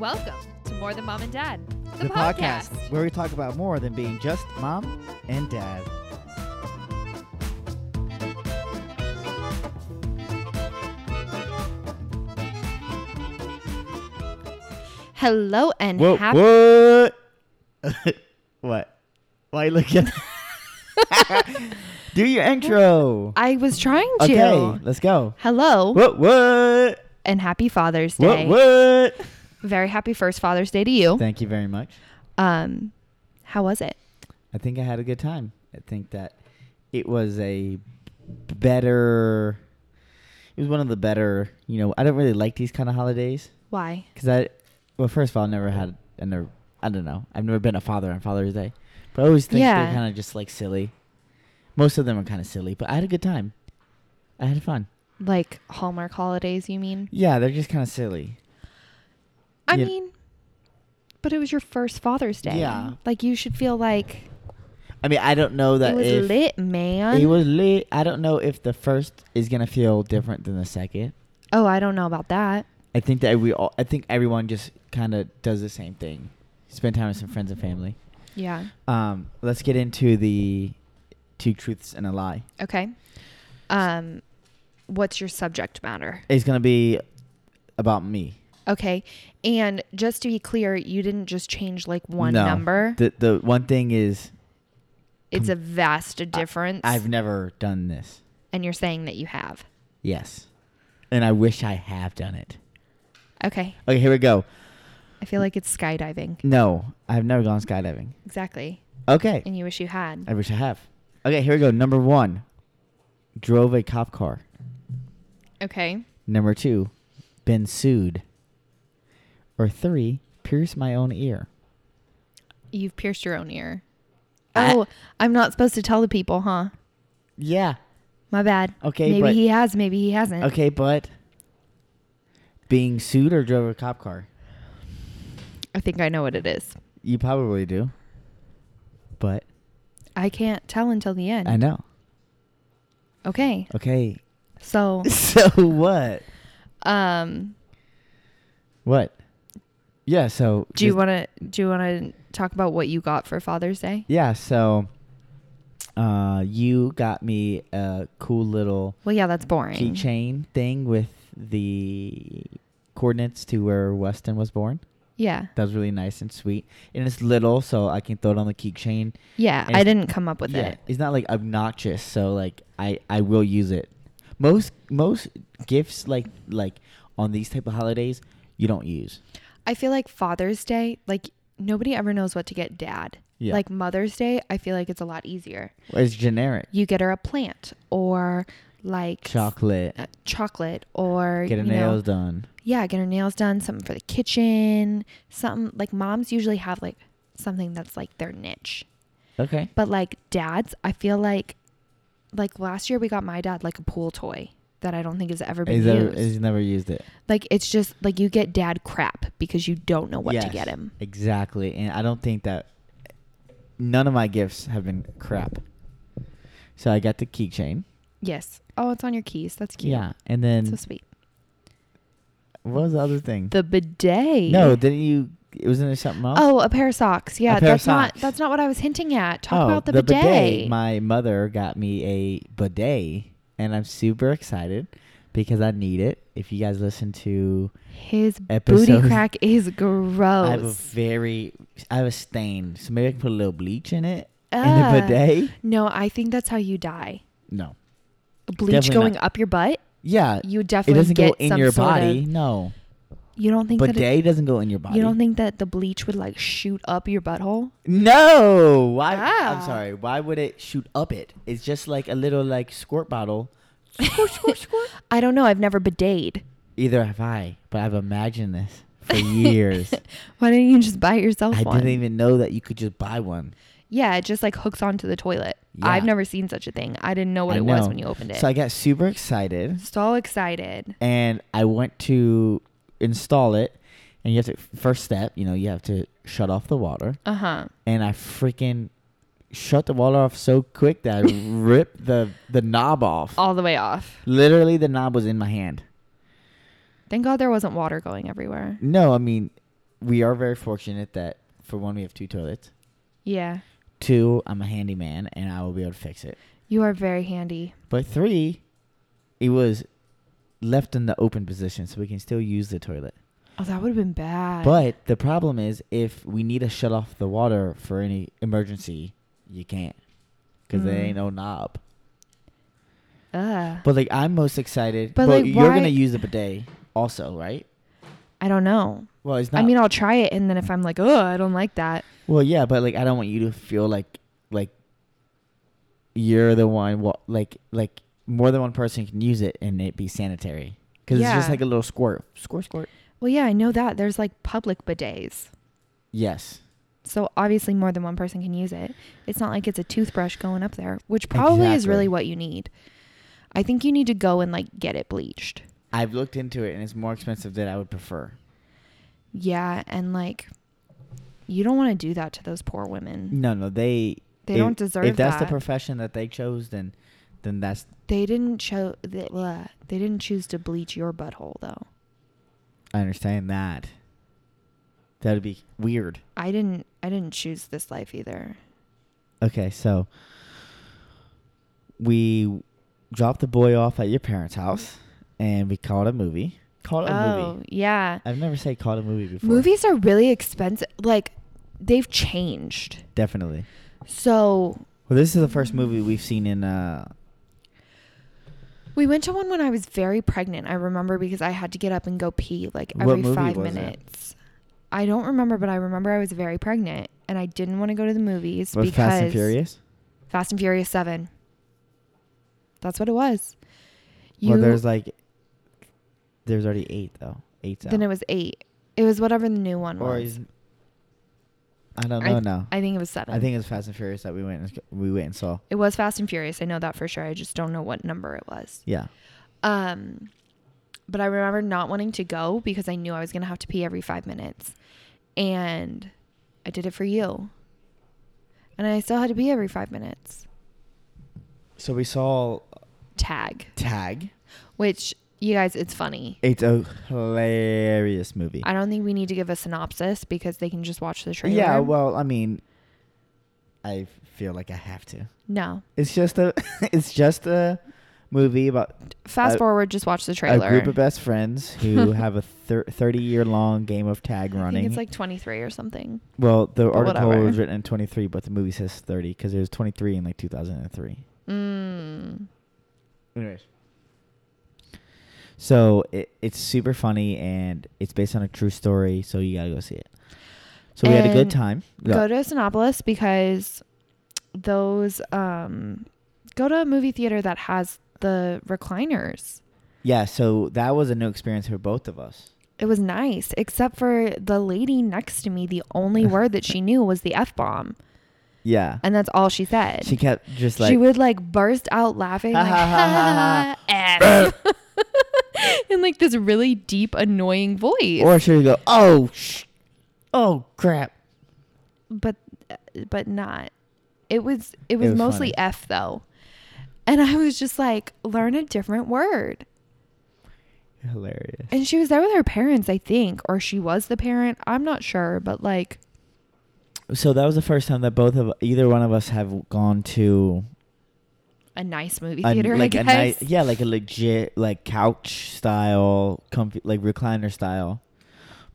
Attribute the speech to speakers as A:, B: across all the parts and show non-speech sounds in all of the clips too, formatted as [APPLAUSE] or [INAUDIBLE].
A: Welcome to More Than Mom and Dad, the,
B: the
A: podcast.
B: where we talk about more than being just mom and dad.
A: Hello and happy. [LAUGHS]
B: what? what? Why look at? Do your intro.
A: [LAUGHS] I was trying to.
B: Okay, let's go.
A: Hello
B: What? What?
A: and happy Father's Day.
B: What? What?
A: Very happy first Father's Day to you.
B: Thank you very much.
A: Um, how was it?
B: I think I had a good time. I think that it was a better. It was one of the better. You know, I don't really like these kind of holidays.
A: Why?
B: Because I, well, first of all, I never had, I never, I don't know, I've never been a father on Father's Day, but I always think
A: Yeah.
B: they're kind of just like silly. Most of them are kind of silly, but I had a good time. I had fun.
A: Like Hallmark holidays, you mean?
B: Yeah, they're just kind of silly.
A: I
B: Yeah.
A: mean, but it was your first Father's Day.
B: Yeah.
A: Like you should feel like
B: I mean, I don't know that
A: it was
B: if
A: lit, man.
B: it was lit. I don't know if the first is gonna feel different than the second.
A: oh, I don't know about that.
B: I think that we all, I think everyone just kind of does the same thing, spend time with some friends and family.
A: Yeah.
B: Um, let's get into the two truths and a lie.
A: Okay. Um, what's your subject matter?
B: It's gonna be about me.
A: Okay. And just to be clear, you didn't just change like one
B: No.
A: number.
B: The the one thing is
A: it's a vast
B: I-
A: difference.
B: I've never done this.
A: and you're saying that you have.
B: Yes. And I wish I have done it.
A: Okay.
B: Okay, here we go.
A: I feel like it's skydiving.
B: No, I've never gone skydiving.
A: Exactly.
B: Okay.
A: And you wish you had.
B: I wish I have. Okay, here we go. Number 1. Drove a cop car.
A: Okay.
B: Number 2. Been sued. Or 3. Pierced my own ear.
A: You've pierced your own ear.
B: I-
A: oh, I'm not supposed to tell the people, huh?
B: Yeah.
A: My bad.
B: Okay,
A: Maybe
B: but-
A: he has, maybe he hasn't.
B: Okay, but being sued or drove a cop car?
A: I think I know what it is.
B: You probably do. But
A: I can't tell until the end.
B: I know.
A: Okay.
B: Okay.
A: So,
B: [LAUGHS] So what?
A: um,
B: What? Yeah, so
A: do you
B: just-
A: want to do you want to talk about what you got for Father's Day?
B: Yeah, so uh you got me a cool little
A: Well, yeah, that's boring.
B: keychain thing with the coordinates to where Weston was born.
A: Yeah.
B: That was really nice and sweet. And it's little so I can throw it on the keychain.
A: Yeah,
B: And
A: I
B: it's-
A: didn't come up with it.
B: It's not like obnoxious, so like I I will use it. Most most gifts like like on these type of holidays you don't use.
A: I feel like Father's Day, like nobody ever knows what to get dad.
B: Yeah.
A: Like Mother's Day, I feel like it's a lot easier.
B: It's generic.
A: You get her a plant or like
B: Chocolate.
A: uh, chocolate or
B: Get her
A: you know,
B: nails done.
A: Yeah, get her nails done, something for the kitchen, something like moms usually have like something that's like their niche.
B: Okay.
A: But like dads, I feel like like last year we got my dad like a pool toy that I don't think has ever been
B: He's,
A: used.
B: never, he's never used it.
A: like it's just like you get dad crap because you don't know what to get him.
B: Exactly. And I don't think that none of my gifts have been crap. So I got the keychain.
A: Yes. Oh, it's on your keys. That's cute.
B: Yeah. And then
A: So sweet.
B: what was the other thing?
A: The bidet.
B: no, didn't you it wasn't there something else?
A: Oh, a pair of socks. Yeah,
B: A pair of
A: that's not
B: socks.
A: that's not what I was hinting at. Talk
B: Oh,
A: about the, bidet.
B: My mother got me a bidet and I'm super excited because I need it. If you guys listen to
A: His booty
B: Episode.
A: crack is gross.
B: I have a very I have a stain. So maybe I can put a little bleach in it. in
A: Ugh.
B: the bidet?
A: No, I think that's how you die.
B: No.
A: Bleach
B: Definitely
A: going
B: not.
A: up your butt.
B: Yeah.
A: You
B: it
A: definitely
B: doesn't
A: get
B: go in
A: some
B: your
A: sort
B: body.
A: Of,
B: no.
A: you don't think that
B: But
A: it-
B: day doesn't go in your body.
A: you don't think that the bleach would like shoot up your butthole?
B: No. Why?
A: Ah.
B: I'm sorry. Why would it shoot up? It. It's just like a little like
A: [LAUGHS]
B: squirt bottle. Squirt, squirt, squirt.
A: I don't know. I've never bideted.
B: Either have I, but I've imagined this
A: [LAUGHS]
B: for years.
A: Why didn't you just buy yourself
B: I
A: one?
B: didn't even know that you could just buy one.
A: Yeah, it just like hooks onto the toilet.
B: Yeah.
A: I've never seen such a thing. I didn't know what
B: I
A: it
B: know.
A: was when you opened it.
B: So I got super excited,
A: so excited.
B: and I went to install it. And you have to first step. You know, you have to shut off the water.
A: Uh huh.
B: and I freaking shut the water off so
A: [LAUGHS]
B: quick that I ripped the the knob off.
A: All the way off.
B: Literally, the knob was in my hand.
A: Thank God there wasn't water going everywhere.
B: No, I mean, we are very fortunate that for one we have two toilets.
A: Yeah.
B: Two, I'm a handyman and I will be able to fix it.
A: You are very handy.
B: But three, it was left in the open position so we can still use the toilet.
A: Oh, that would have been bad.
B: But the problem is if we need to shut off the water for any emergency, you can't because there
A: Mm.
B: ain't no knob.
A: Ugh.
B: But like I'm most excited. But,
A: But, like,
B: you're
A: why-
B: gonna use the bidet also, right?
A: I don't know.
B: Well, it's not.
A: I mean, uh, I'll try it, and then if I'm like, oh, I don't like that.
B: well, yeah, but like I don't want you to feel like like you're the one. Wa- like like more than one person can use it and it be sanitary because it's just
A: Yeah.
B: like a little squirt, squirt, squirt.
A: Well, yeah, I know that. There's like public bidets.
B: Yes,
A: So obviously, more than one person can use it. It's not like it's a toothbrush going up there, which probably is
B: Exactly.
A: really what you need. I think you need to go and like get it bleached.
B: I've looked into it and it's more expensive than I would prefer.
A: Yeah, and like, you don't want to do that to those poor women.
B: No, no, they
A: They
B: if-
A: don't deserve
B: If Mm, that's the
A: that.
B: profession that they chose, then then that's
A: They didn't cho- they, bleh. they didn't choose to bleach your butthole though.
B: I understand that. That'd be weird.
A: I didn't I didn't choose this life either.
B: Okay, so we dropped the boy off at your parents' house, and we called a movie. Called a
A: oh,
B: movie.
A: yeah.
B: I've never said called a movie before.
A: Movies are really expensive. Like they've changed.
B: definitely.
A: So
B: Well, this is the first movie we've seen in. uh
A: we went to one when I was very pregnant. I remember because I had to get up and go pee like
B: What
A: every
B: movie
A: 5
B: was it?
A: minutes. I don't remember, but I remember I was very pregnant and I didn't want to go to the movies
B: what,
A: because
B: Fast and Furious.
A: Fast and Furious 7. That's what it was.
B: well, there's like there's already eight though. Eight.
A: then it was 8. It was whatever the new one
B: Or
A: was.
B: is, I don't
A: I
B: know
A: th-
B: now.
A: I think it was 7.
B: I think it's Fast and Furious that we went and, we went and saw.
A: It was Fast and Furious. I know that for sure. I just don't know what number it was.
B: Yeah.
A: Um, but I remember not wanting to go because I knew I was going to have to pee every five minutes. And I did it for you. And I still had to pee every five minutes.
B: So we saw [LAUGHS]
A: Tag,
B: Tag.
A: which you guys, it's funny.
B: It's a hilarious movie.
A: I don't think we need to give a synopsis because they can just watch the trailer.
B: Yeah, well, I mean, I feel like I have to.
A: no.
B: It's just a, [LAUGHS] it's just a movie about
A: Fast
B: a-
A: forward, just watch the trailer.
B: a group of best friends
A: [LAUGHS]
B: who have a thir- thirty-year-long game of tag
A: I
B: running.
A: think it's like 23 or something.
B: well, the article
A: whatever.
B: was written in twenty-three, but the movie says thirty because it was twenty-three in like two thousand and three.
A: Mm.
B: Anyways, so it, it's super funny and it's based on a true story, so you gotta go see it. So we had a good
A: And
B: time.
A: go to Sinopolis because those um go to a movie theater that has the recliners.
B: yeah, so that was a new experience for both of us.
A: It was nice, except for the lady next to me. The [LAUGHS] only word that she knew was the f bomb,
B: Yeah.
A: and that's all she said.
B: She kept just like
A: she would like burst out laughing, like ha ha [LAUGHS] ha, F. [LAUGHS] in like this really deep, annoying voice.
B: or she would go, "Oh, sh- oh crap."
A: but uh, but not. It was it was,
B: was
A: mostly
B: funny.
A: F though. And I was just like, learn a different word.
B: Hilarious.
A: And she was there with her parents, I think, or she was the parent. I'm not sure, but like
B: So that was the first time that both of either one of us have gone to
A: a nice movie
B: a-
A: theater,
B: like
A: I
B: a
A: guess.
B: nice yeah, like a legit like couch style comfy like recliner style.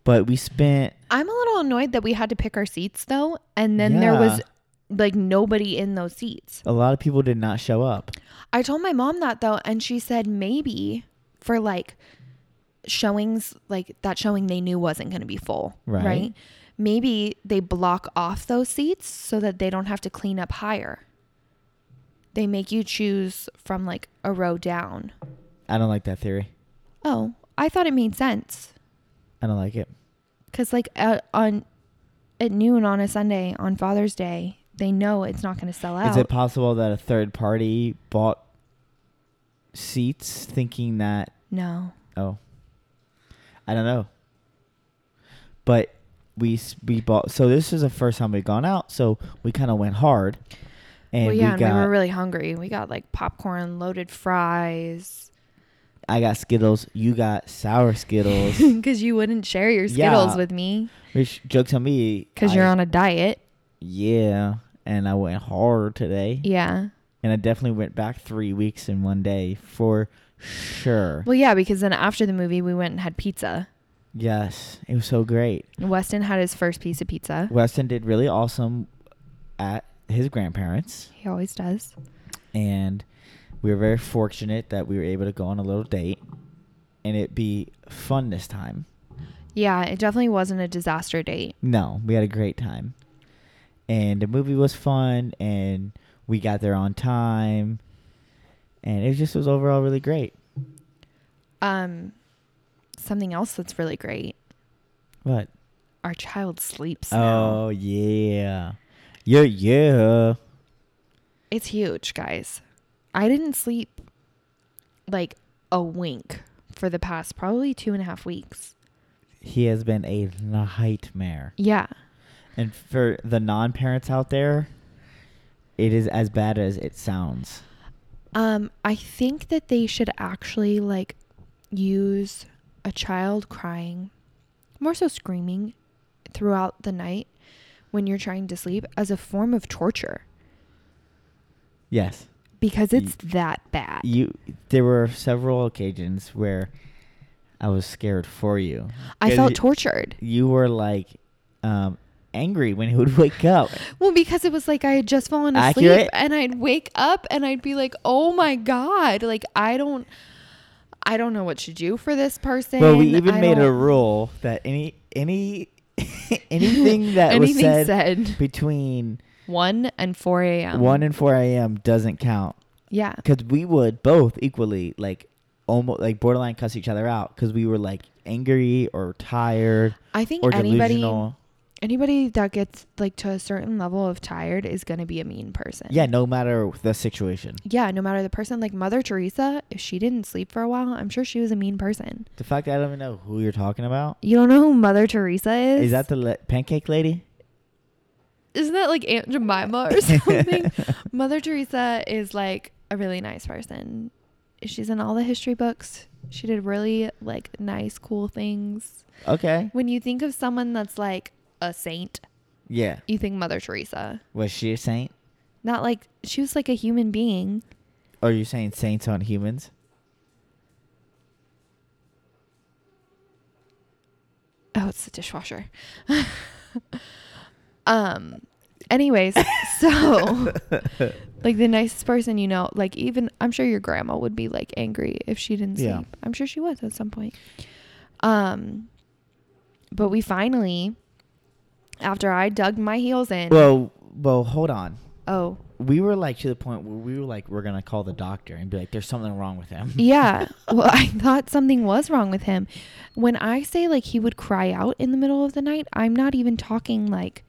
B: But we spent
A: I'm a little annoyed that we had to pick our seats though, and then there was like nobody in those seats.
B: a lot of people did not show up.
A: I told my mom that though, and she said maybe for like showings, like that showing they knew wasn't going to be full,
B: Right.
A: right. Maybe they block off those seats so that they don't have to clean up higher. They make you choose from like a row down.
B: I don't like that theory.
A: Oh, I thought it made sense
B: I don't like it.
A: because like at, on at noon on a Sunday on Father's Day, they know it's not going to sell out.
B: Is it possible that a third party bought seats thinking that
A: no,
B: Oh, I don't know. But we s- we bought. So this is the first time we've gone out. So we kind of went hard, and
A: well, yeah,
B: we
A: and
B: got
A: we were really hungry. We got like popcorn, loaded fries,
B: I got Skittles. You got
A: [LAUGHS]
B: sour Skittles.
A: Because you wouldn't share your Skittles
B: Yeah.
A: with me
B: Which jokes on me.
A: because
B: I-
A: you're on a diet.
B: Yeah, and I went hard today,
A: Yeah.
B: [LAUGHS] and I definitely went back three weeks in one day for sure.
A: Well, yeah, because then after the movie, we went and had pizza.
B: Yes, it was so great.
A: Weston had his first piece of pizza.
B: Weston did really awesome at his grandparents,
A: He always does.
B: and we were very fortunate that we were able to go on a little date, and it be fun this time.
A: Yeah, it definitely wasn't a disaster date.
B: No, we had a great time. And the movie was fun and we got there on time. And it just was overall really great.
A: Um, something else that's really great.
B: What?
A: Our child sleeps now.
B: Oh yeah. Yeah, yeah.
A: It's huge, guys. I didn't sleep like a wink for the past probably two and a half weeks.
B: He has been a nightmare.
A: Yeah.
B: And for the non parents out there, it is as bad as it sounds.
A: Um, I think that they should actually like use a child crying, more so screaming throughout the night when you're trying to sleep as a form of torture
B: Yes.
A: because
B: Ye-
A: it's that bad.
B: You there were several occasions where I was scared for you.
A: I felt
B: tortured.
A: tortured.
B: you were like um, angry when he would [LAUGHS] wake up.
A: Well, because it was like I had just fallen asleep
B: Accurate.
A: and I'd wake up and I'd be like, "Oh my god, like I don't I don't know what to do for this person."
B: well, we even
A: I
B: made a
A: don't-
B: rule that any any [LAUGHS]
A: [LAUGHS]
B: anything that was
A: Anything
B: said,
A: said.
B: between
A: 1 and 4 a.m.
B: one and four a.m. doesn't count [LAUGHS]
A: Yeah.
B: because we would both equally like almost like borderline cuss each other out because we were like angry or tired
A: I think
B: or
A: anybody
B: delusional.
A: anybody that gets like to a certain level of tired is going to be a mean person.
B: Yeah, no matter the situation.
A: Yeah, no matter the person, like Mother Teresa, if she didn't sleep for a while, I'm sure she was a mean person.
B: The fact that I don't even know who you're talking about
A: You don't know who Mother Teresa is?
B: is that the le- pancake lady?
A: Isn't that like Aunt Jemima or [LAUGHS]
B: [LAUGHS]
A: something? Mother Teresa is like a really nice person. She's in all the history books. She did really like nice, cool things.
B: Okay.
A: When you think of someone that's like a saint,
B: Yeah.
A: you think Mother Teresa.
B: Was she a saint?
A: Not like she was like a human being.
B: Are you saying saints
A: [LAUGHS]
B: on humans?
A: Oh, it's the dishwasher. [LAUGHS] um
B: [LAUGHS]
A: anyways, so like the nicest person you know, like even I'm sure your grandma would be like angry if she didn't sleep.
B: Yeah.
A: I'm sure she was at some point. Um but we finally after I dug my heels in.
B: Well, well, hold on.
A: oh,
B: We were like to the point where we were like, we're gonna call the doctor and be like, there's something wrong with him.
A: Yeah.
B: [LAUGHS]
A: Well, I thought something was wrong with him. When I say like he would cry out in the middle of the night, I'm not even talking like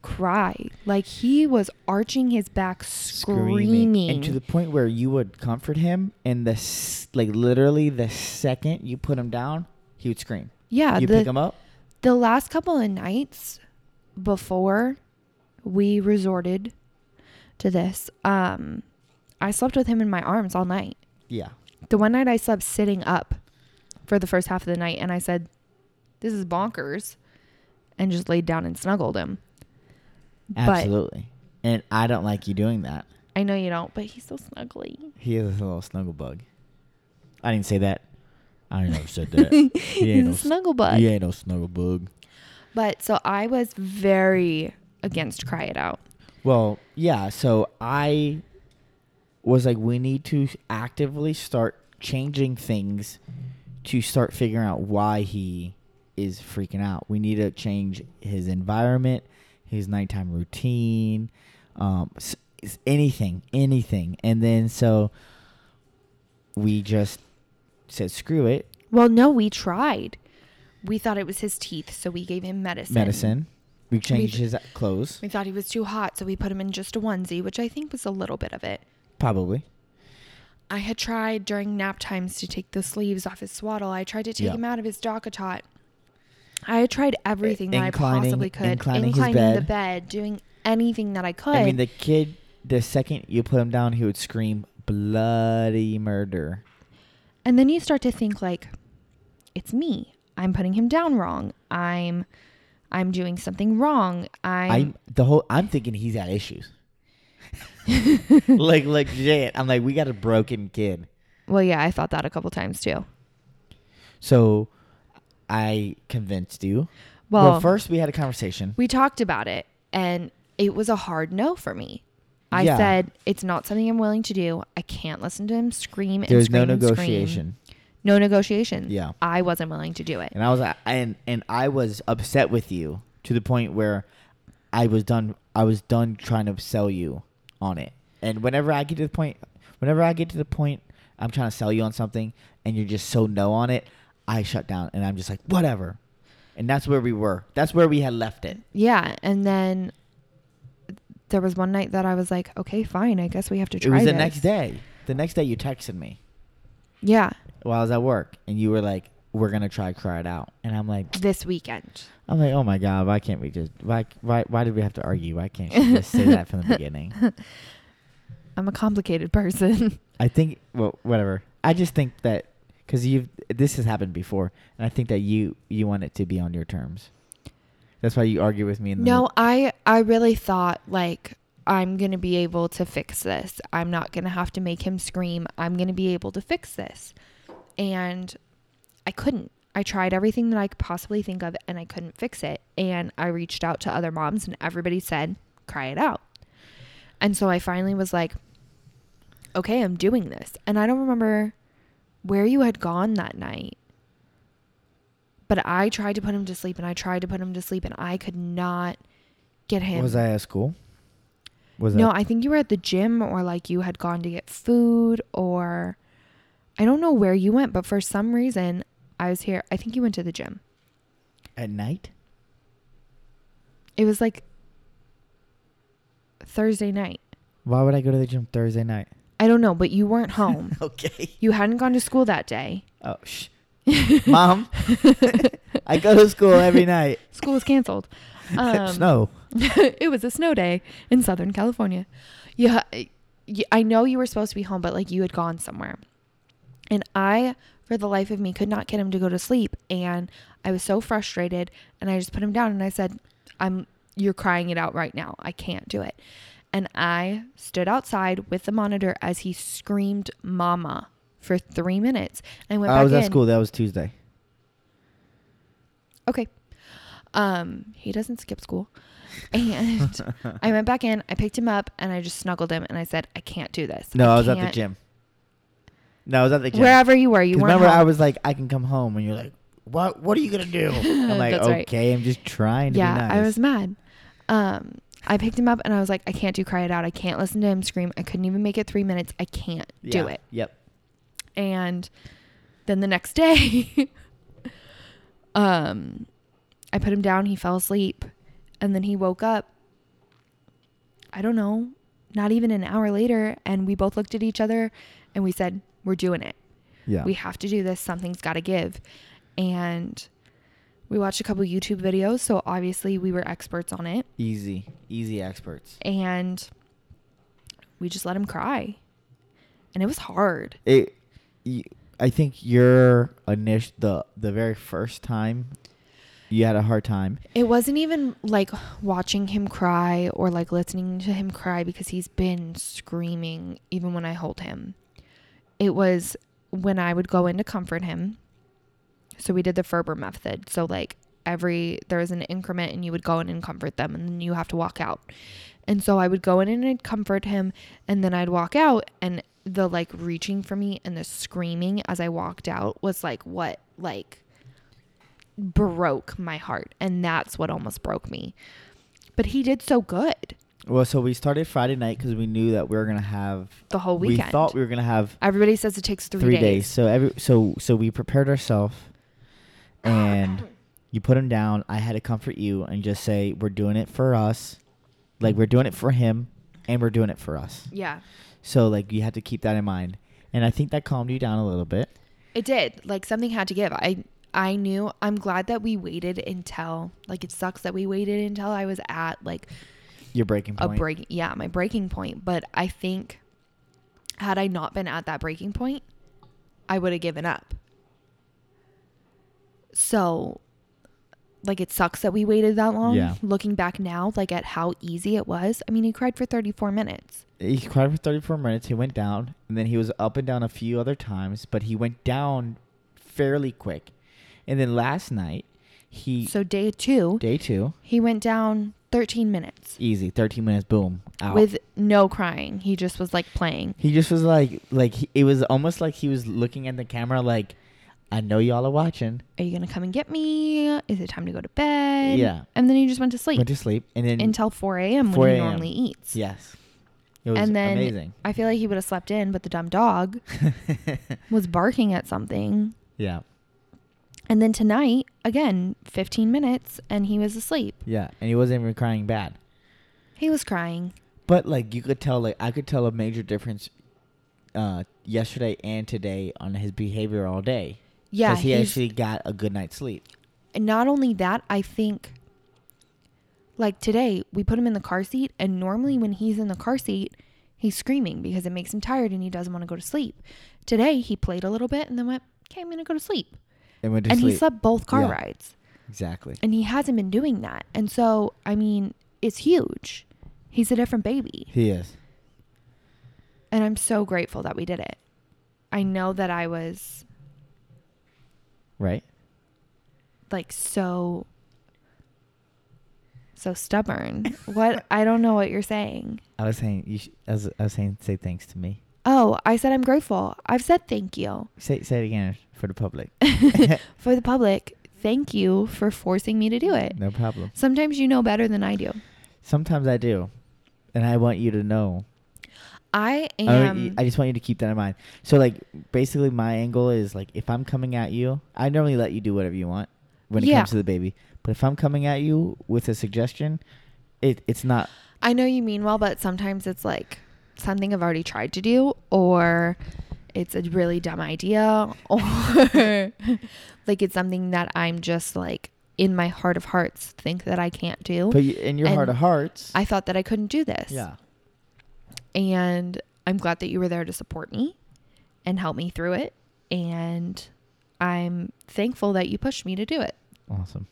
A: cry. Like he was arching his back screaming.
B: and to the point where you would comfort him, and the s- like, literally the second you put him down, he would scream.
A: yeah,
B: you
A: the,
B: pick him up.
A: the last couple of nights before we resorted to this, um I slept with him in my arms all night.
B: Yeah,
A: The one night I slept sitting up for the first half of the night, and I said, "This is bonkers," and just laid down and snuggled him.
B: absolutely. and I don't like you doing that.
A: But I know you don't, but he's so snuggly.
B: He is a little snuggle bug. I didn't say that. I never
A: [LAUGHS]
B: said that. He
A: He's
B: ain't
A: a
B: s-
A: snuggle bug.
B: He ain't no snuggle bug.
A: But so I was very against cry it out.
B: Well, yeah. So I was like, we need to actively start changing things to start figuring out why he is freaking out. We need to change his environment, his nighttime routine, um, s- s- anything, anything. And then so we just said, screw it,
A: Well, no, we tried. We thought it was his teeth, so we gave him medicine.
B: medicine. We changed
A: j-
B: his uh, clothes.
A: We thought he was too hot, so we put him in just a onesie, which I think was a little bit of it.
B: Probably.
A: I had tried during nap times to take the sleeves off his swaddle. I tried to take
B: Yeah.
A: him out of his tot. I had tried everything that I
B: Inclining-
A: possibly could.
B: inclining his
A: the bed, doing anything that I could.
B: I mean, the kid, the second you put him down, he would scream bloody murder.
A: And then you start to think like it's me. I'm putting him down wrong. I'm I'm doing something wrong.
B: I'm
A: I'm
B: the whole. I'm thinking he's
A: [LAUGHS]
B: got issues. like legit. I'm like, we got a broken kid.
A: Well, yeah, I thought that a couple times too.
B: So, I convinced you.
A: Well,
B: first we had a conversation.
A: we talked about it and it was a hard no for me. I
B: Yeah.
A: said it's not something I'm willing to do. I can't listen to him scream and
B: There's
A: scream
B: no
A: and scream.
B: negotiation,
A: No negotiation.
B: Yeah.
A: I wasn't willing to do it.
B: and I was and and I was upset with you to the point where I was done. I was done trying to sell you on it. And whenever I get to the point, whenever I get to the point, I'm trying to sell you on something, and you're just so no on it. I shut down, and I'm just like whatever. And that's where we were. That's where we had left it.
A: Yeah, and then there was one night that I was like, okay, fine. I guess we have to
B: It
A: try
B: was the
A: this."
B: next day. The next day, you texted me
A: Yeah,
B: while I was at work, and you were like, "We're gonna try cry it out," and I'm like,
A: this weekend.
B: I'm like, oh my god, why can't we just why why why did we have to argue? Why can't she just say
A: [LAUGHS]
B: that from the beginning?
A: I'm a complicated person.
B: I think well, whatever. I just think that because you've this has happened before, and I think that you you want it to be on your terms. That's why you argue with me. In the
A: no, I I really thought like I'm going to be able to fix this. I'm not going to have to make him scream. I'm going to be able to fix this. And I couldn't. I tried everything that I could possibly think of and I couldn't fix it. And I reached out to other moms and everybody said, "Cry it out." And so I finally was like, "Okay, I'm doing this." And I don't remember where you had gone that night. But I tried to put him to sleep and I tried to put him to sleep and I could not get him.
B: was I at school? Was
A: No,
B: I,
A: I think you were at the gym or like you had gone to get food or I don't know where you went, but for some reason I was here. I think you went to the gym.
B: at night?
A: It was like Thursday night.
B: Why would I go to the gym Thursday night?
A: [LAUGHS] I don't know, but you weren't home.
B: [LAUGHS] okay.
A: you hadn't gone to school that day.
B: Oh
A: [LAUGHS]
B: shh. [LAUGHS] Mom, I go to school every night.
A: [LAUGHS] School was canceled. Um,
B: [LAUGHS] Snow.
A: it was a snow day in Southern California. Yeah, I- y- I know you were supposed to be home, but like you had gone somewhere. And I, for the life of me, could not get him to go to sleep. And I was so frustrated. And I just put him down and I said, I'm, you're crying it out right now. I can't do it. And I stood outside with the monitor as he screamed, Mama, for three minutes. And I went
B: I
A: back
B: was at
A: in.
B: school. That was Tuesday.
A: Okay. Um, he doesn't skip school. And
B: [LAUGHS]
A: I went back in, I picked him up, and I just snuggled him and I said, I can't do this.
B: No, I, was at the
A: can't."
B: gym. No, I was at the gym.
A: Wherever you were,
B: 'Cause
A: you weren't.
B: remember, I
A: home.
B: was like, I can come home, and you're like, what? What are you
A: [LAUGHS]
B: gonna do? I'm like,
A: That's right.
B: okay, I'm just trying to
A: yeah,
B: be nice.
A: I was mad. Um, I picked him up and I was like, I can't do cry it out. I can't listen to him scream. I couldn't even make it three minutes. I can't
B: Yeah,
A: do it.
B: Yep.
A: And then the next day, [LAUGHS] um, I put him down. He fell asleep, and then he woke up. I don't know, not even an hour later, and we both looked at each other, and we said, "We're doing it.
B: Yeah.
A: We have to do this. Something's got to give." And we watched a couple YouTube videos, so obviously we were experts on it,
B: easy, easy experts.
A: and we just let him cry, and it was hard.
B: It. You, I think your initial the the very first time, you had a hard time.
A: It wasn't even like watching him cry or like listening to him cry because he's been screaming even when I hold him. It was when I would go in to comfort him. So we did the Ferber method. So like every there was an increment and you would go in and comfort them and then you have to walk out. And so I would go in and I'd comfort him and then I'd walk out and the like reaching for me and the screaming as I walked out was like what like broke my heart and that's what almost broke me but he did so good
B: Well, so we started Friday night because we knew that we were gonna have
A: the whole
B: We
A: weekend
B: thought we were gonna have
A: everybody says it takes three,
B: three days.
A: days.
B: So every so so we prepared ourselves, and you put him down. I had to comfort you and just say we're doing it for us, like we're doing it for him, and we're doing it for us.
A: yeah
B: So like you had to keep that in mind, and I think that calmed you down a little bit.
A: it did like something had to give i i knew i'm glad that we waited until like it sucks that we waited until i was at like
B: Your breaking
A: a
B: point.
A: break yeah my breaking point but i think had i not been at that breaking point I would have given up. So, like, it sucks that we waited that long.
B: Yeah.
A: Looking back now, like, at how easy it was. I mean, he cried for 34 minutes.
B: He cried for 34 minutes. He went down, and then he was up and down a few other times, but he went down fairly quick. And then last night, he
A: So, day two,
B: day two,
A: he went down 13 minutes
B: easy, 13 minutes, boom, out.
A: with no crying. He just was like playing.
B: he just was like, like he, it was almost like he was looking at the camera, like, I know y'all are watching.
A: Are you going to come and get me? Is it time to go to bed?
B: Yeah.
A: And then he just went to sleep
B: Went to sleep, and then
A: until 4 a.m.
B: 4
A: when he
B: a.m..
A: normally eats.
B: yes, it was
A: and then
B: amazing.
A: I feel
B: [LAUGHS]
A: like he would have slept in, but the dumb dog was barking at something.
B: yeah,
A: And then tonight, again, 15 minutes and he was asleep.
B: yeah, and he wasn't even crying bad.
A: He was crying.
B: But like you could tell, like I could tell a major difference uh, yesterday and today on his behavior all day.
A: Yeah,
B: he
A: he's-
B: actually got a good night's sleep.
A: And not only that, I think like today, we put him in the car seat and normally when he's in the car seat, he's screaming because it makes him tired and he doesn't want to go to sleep. Today, he played a little bit and then went, "Okay, I'm going to go to sleep."
B: And went to
A: and
B: sleep.
A: he slept both car
B: Yeah.
A: rides.
B: Exactly.
A: And he hasn't been doing that. And so, I mean, it's huge. He's a different baby.
B: He is.
A: And I'm so grateful that we did it. I know that I was
B: Right?
A: like so so stubborn.
B: [LAUGHS]
A: What I don't know what you're saying.
B: I was saying you sh- I, was, I was saying say thanks to me.
A: Oh, I said I'm grateful. I've said thank you.
B: Say [LAUGHS] say it again for the public.
A: [LAUGHS]
B: [LAUGHS]
A: For the public, thank you for forcing me to do it.
B: No problem.
A: Sometimes you know better than I do.
B: Sometimes I do. And I want you to know.
A: I
B: I, don't-
A: am
B: I just want you to keep that in mind. So like basically my angle is like if I'm coming at you, I normally let you do whatever you want when it
A: Yeah.
B: comes to the baby. But if I'm coming at you with a suggestion, it it's not
A: I know you mean well, but sometimes it's like something I've already tried to do, or it's a really dumb idea, [LAUGHS] or like it's something that I'm just like in my heart of hearts think that I can't do.
B: but you, in your heart
A: And
B: of hearts.
A: I thought that I couldn't do this.
B: yeah.
A: And I'm glad that you were there to support me and help me through it. And I'm thankful that you pushed me to do it.
B: Awesome.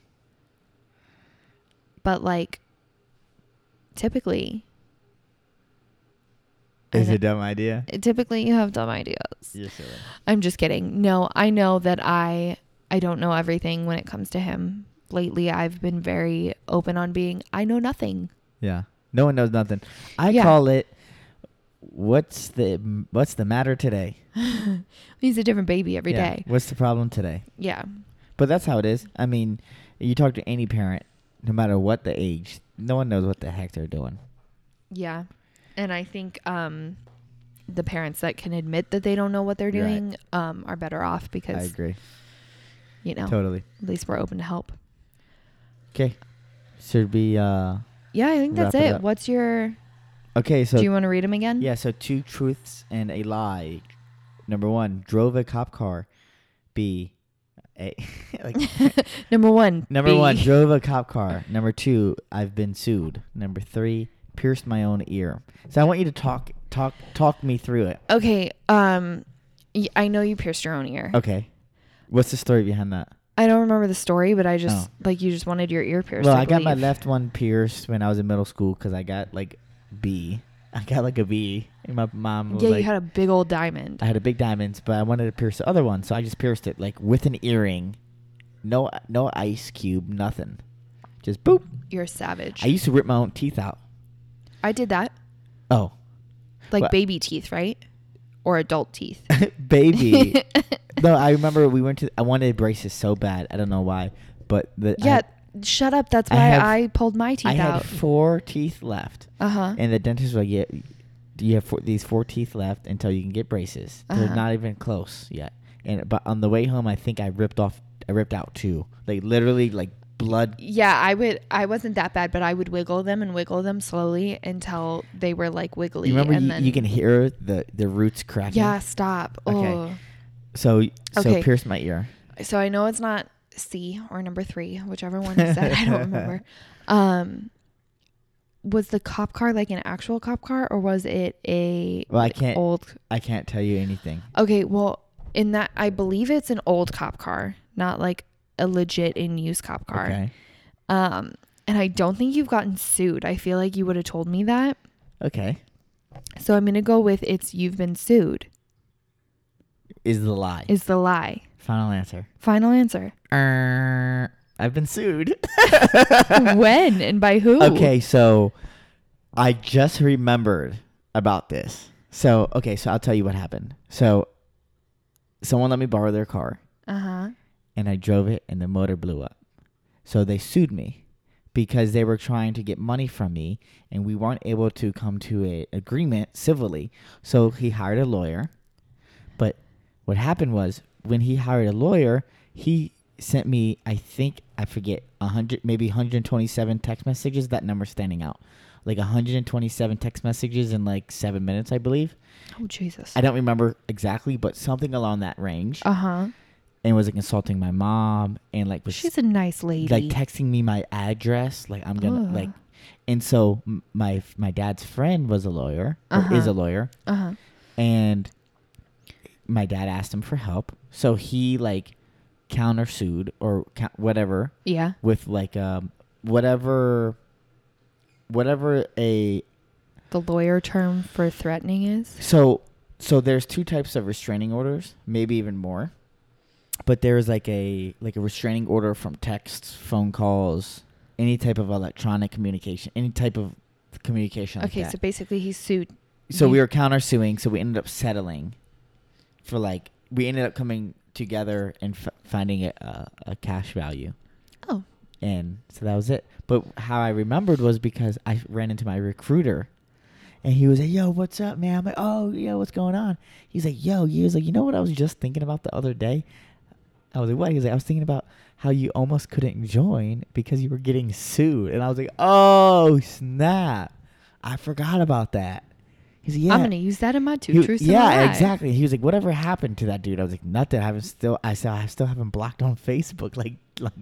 A: But like, typically, I
B: Is
A: know-
B: it a dumb idea?
A: typically you have dumb ideas.
B: You're silly.
A: I'm just kidding. No, I know that I I don't know everything when it comes to him. Lately, I've been very open on being I know nothing. [LAUGHS]
B: Yeah. No one knows nothing. I
A: Yeah.
B: call it what's the what's the matter today?
A: He's a different baby every
B: Yeah.
A: day. yeah.
B: What's the problem today? But that's how it is. I mean, you talk to any parent, no matter what the age, no one knows what the heck they're doing.
A: Yeah. And I think um the parents that can admit that they don't know what they're
B: Right.
A: doing um are better off
B: I
A: because
B: agree.
A: you know,
B: Totally.
A: at least we're open to help.
B: Okay. Should be uh
A: Yeah, I think that's
B: Wrap it
A: it.
B: up.
A: What's your
B: Okay, so
A: Do you want to read them again? [LAUGHS]
B: yeah, so two truths and a lie. Number 1, drove a cop car. B a [LAUGHS] like
A: Number 1.
B: [LAUGHS] Number
A: B.
B: one, drove a cop car. Number two, I've been sued. Number three, pierced my own ear. So I want you to talk, talk, talk me through it.
A: [LAUGHS] Okay, um y- I know you pierced your own ear.
B: Okay, what's the story behind that?
A: I don't remember the story, but I just
B: Oh.
A: like you just wanted your ear pierced.
B: well, I, got my
A: believe.
B: left one pierced when I was in middle school because I got like B. I got like a B, and my mom was
A: Yeah,
B: like,
A: you had a big old diamond.
B: I had a big diamond, but I wanted to pierce the other one, so I just pierced it like with an earring, no, no ice cube, nothing, just boop.
A: You're a savage.
B: I used to rip my own teeth out.
A: I did that,
B: Oh,
A: like
B: Well-
A: baby teeth, right? Or adult teeth.
B: [LAUGHS]
A: [LAUGHS]
B: baby. no, I remember we went to. I wanted braces so bad. I don't know why, but the I
A: Yeah,
B: had-
A: shut up. That's
B: I
A: why I,
B: have-
A: pulled my teeth
B: I had,
A: out.
B: four teeth left,
A: Uh huh.
B: and the dentist was like, "Yeah, you have four, these four teeth left until you can get braces.
A: Uh-huh.
B: They're not even close yet." And but on the way home, I think I ripped off. I ripped out two. Like literally, like blood.
A: Yeah, I would. I wasn't that bad, but I would wiggle them and wiggle them slowly until they were like wiggly.
B: You remember
A: and
B: you,
A: then,
B: you can hear the the roots cracking.
A: Yeah, stop.
B: Okay.
A: Oh.
B: So so
A: Okay.
B: pierce my ear.
A: so I know it's not C or number three, whichever one is that. I don't
B: [LAUGHS]
A: remember. Um, was the cop car like an actual cop car or was it a
B: Well, I
A: like,
B: can't-
A: old?
B: I can't tell you anything.
A: Okay, well, in that I believe it's an old cop car, not like a legit in use cop car.
B: Okay.
A: Um, and I don't think you've gotten sued. I feel like you would have told me that.
B: Okay.
A: So I'm gonna go with it's you've been sued
B: Is the lie.
A: is the lie.
B: Final answer.
A: Final
B: [LAUGHS]
A: answer.
B: Er, I've been sued.
A: when and by who?
B: Okay, so I just remembered about this. So, okay, so I'll tell you what happened. So, someone let me borrow their car
A: Uh huh.
B: and I drove it and the motor blew up. So, they sued me because they were trying to get money from me and we weren't able to come to an agreement civilly. So, he hired a lawyer. But what happened was when he hired a lawyer, he sent me, I think, I forget, 100, maybe 127 text messages. That number standing out. Like 127 text messages in like seven minutes, I believe.
A: Oh Jesus.
B: I don't remember exactly, but something along that range.
A: Uh huh.
B: and was like insulting my mom and like was
A: She's a nice lady.
B: like texting me my address. Like I'm gonna
A: Ugh.
B: like, and so m- my my dad's friend was a lawyer or is
A: Uh-huh.
B: a lawyer,
A: uh huh.
B: and my dad asked him for help. So he like countersued or cou- whatever
A: Yeah.
B: with like um whatever whatever a
A: The lawyer term for threatening is.
B: so so there's two types of restraining orders, maybe even more. But there's like a like a restraining order from texts, phone calls, any type of electronic communication, any type of communication like
A: okay,
B: that.
A: so basically he sued.
B: So
A: you-
B: we were countersuing, so we ended up settling for like we ended up coming together and f- finding a, a, a cash value,
A: Oh.
B: and so that was it. But how I remembered was because I ran into my recruiter, and he was like, "Yo, what's up, man?" I'm like, "Oh, yo, what's going on?" He's like, "Yo," he was like, "You know what I was just thinking about the other day." I was like, "What?" He was like, "I was thinking about how you almost couldn't join because you were getting sued," and I was like, "Oh snap! I forgot about that." He's like, "Yeah."
A: I'm gonna use that in my two
B: He-
A: truths. and a
B: yeah,
A: lie.
B: exactly. He was like, "Whatever happened to that dude?" I was like, "Nothing. I haven't still. I still. I still haven't blocked on Facebook. Like, like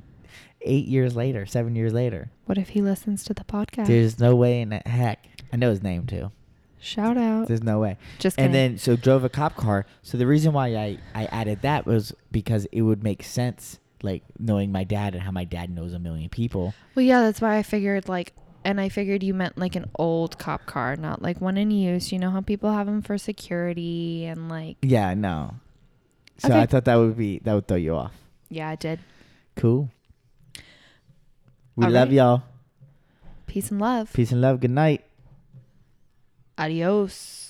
B: eight years later, seven years later.
A: What if he listens to the podcast?
B: There's no way in the heck. I know his name too.
A: Shout out.
B: There's no way.
A: Just
B: and
A: kidding.
B: then so drove a cop car. So the reason why I I added that was because it would make sense, like knowing my dad and how my dad knows a million people.
A: Well, yeah, that's why I figured like, and I figured you meant like an old cop car, not like one in use. You know how people have them for security and like.
B: Yeah, no. So
A: Okay.
B: I thought that would be that would throw you off.
A: Yeah, I did.
B: Cool. We
A: All
B: love
A: right.
B: y'all.
A: Peace and love.
B: Peace and love. Good night.
A: Adios.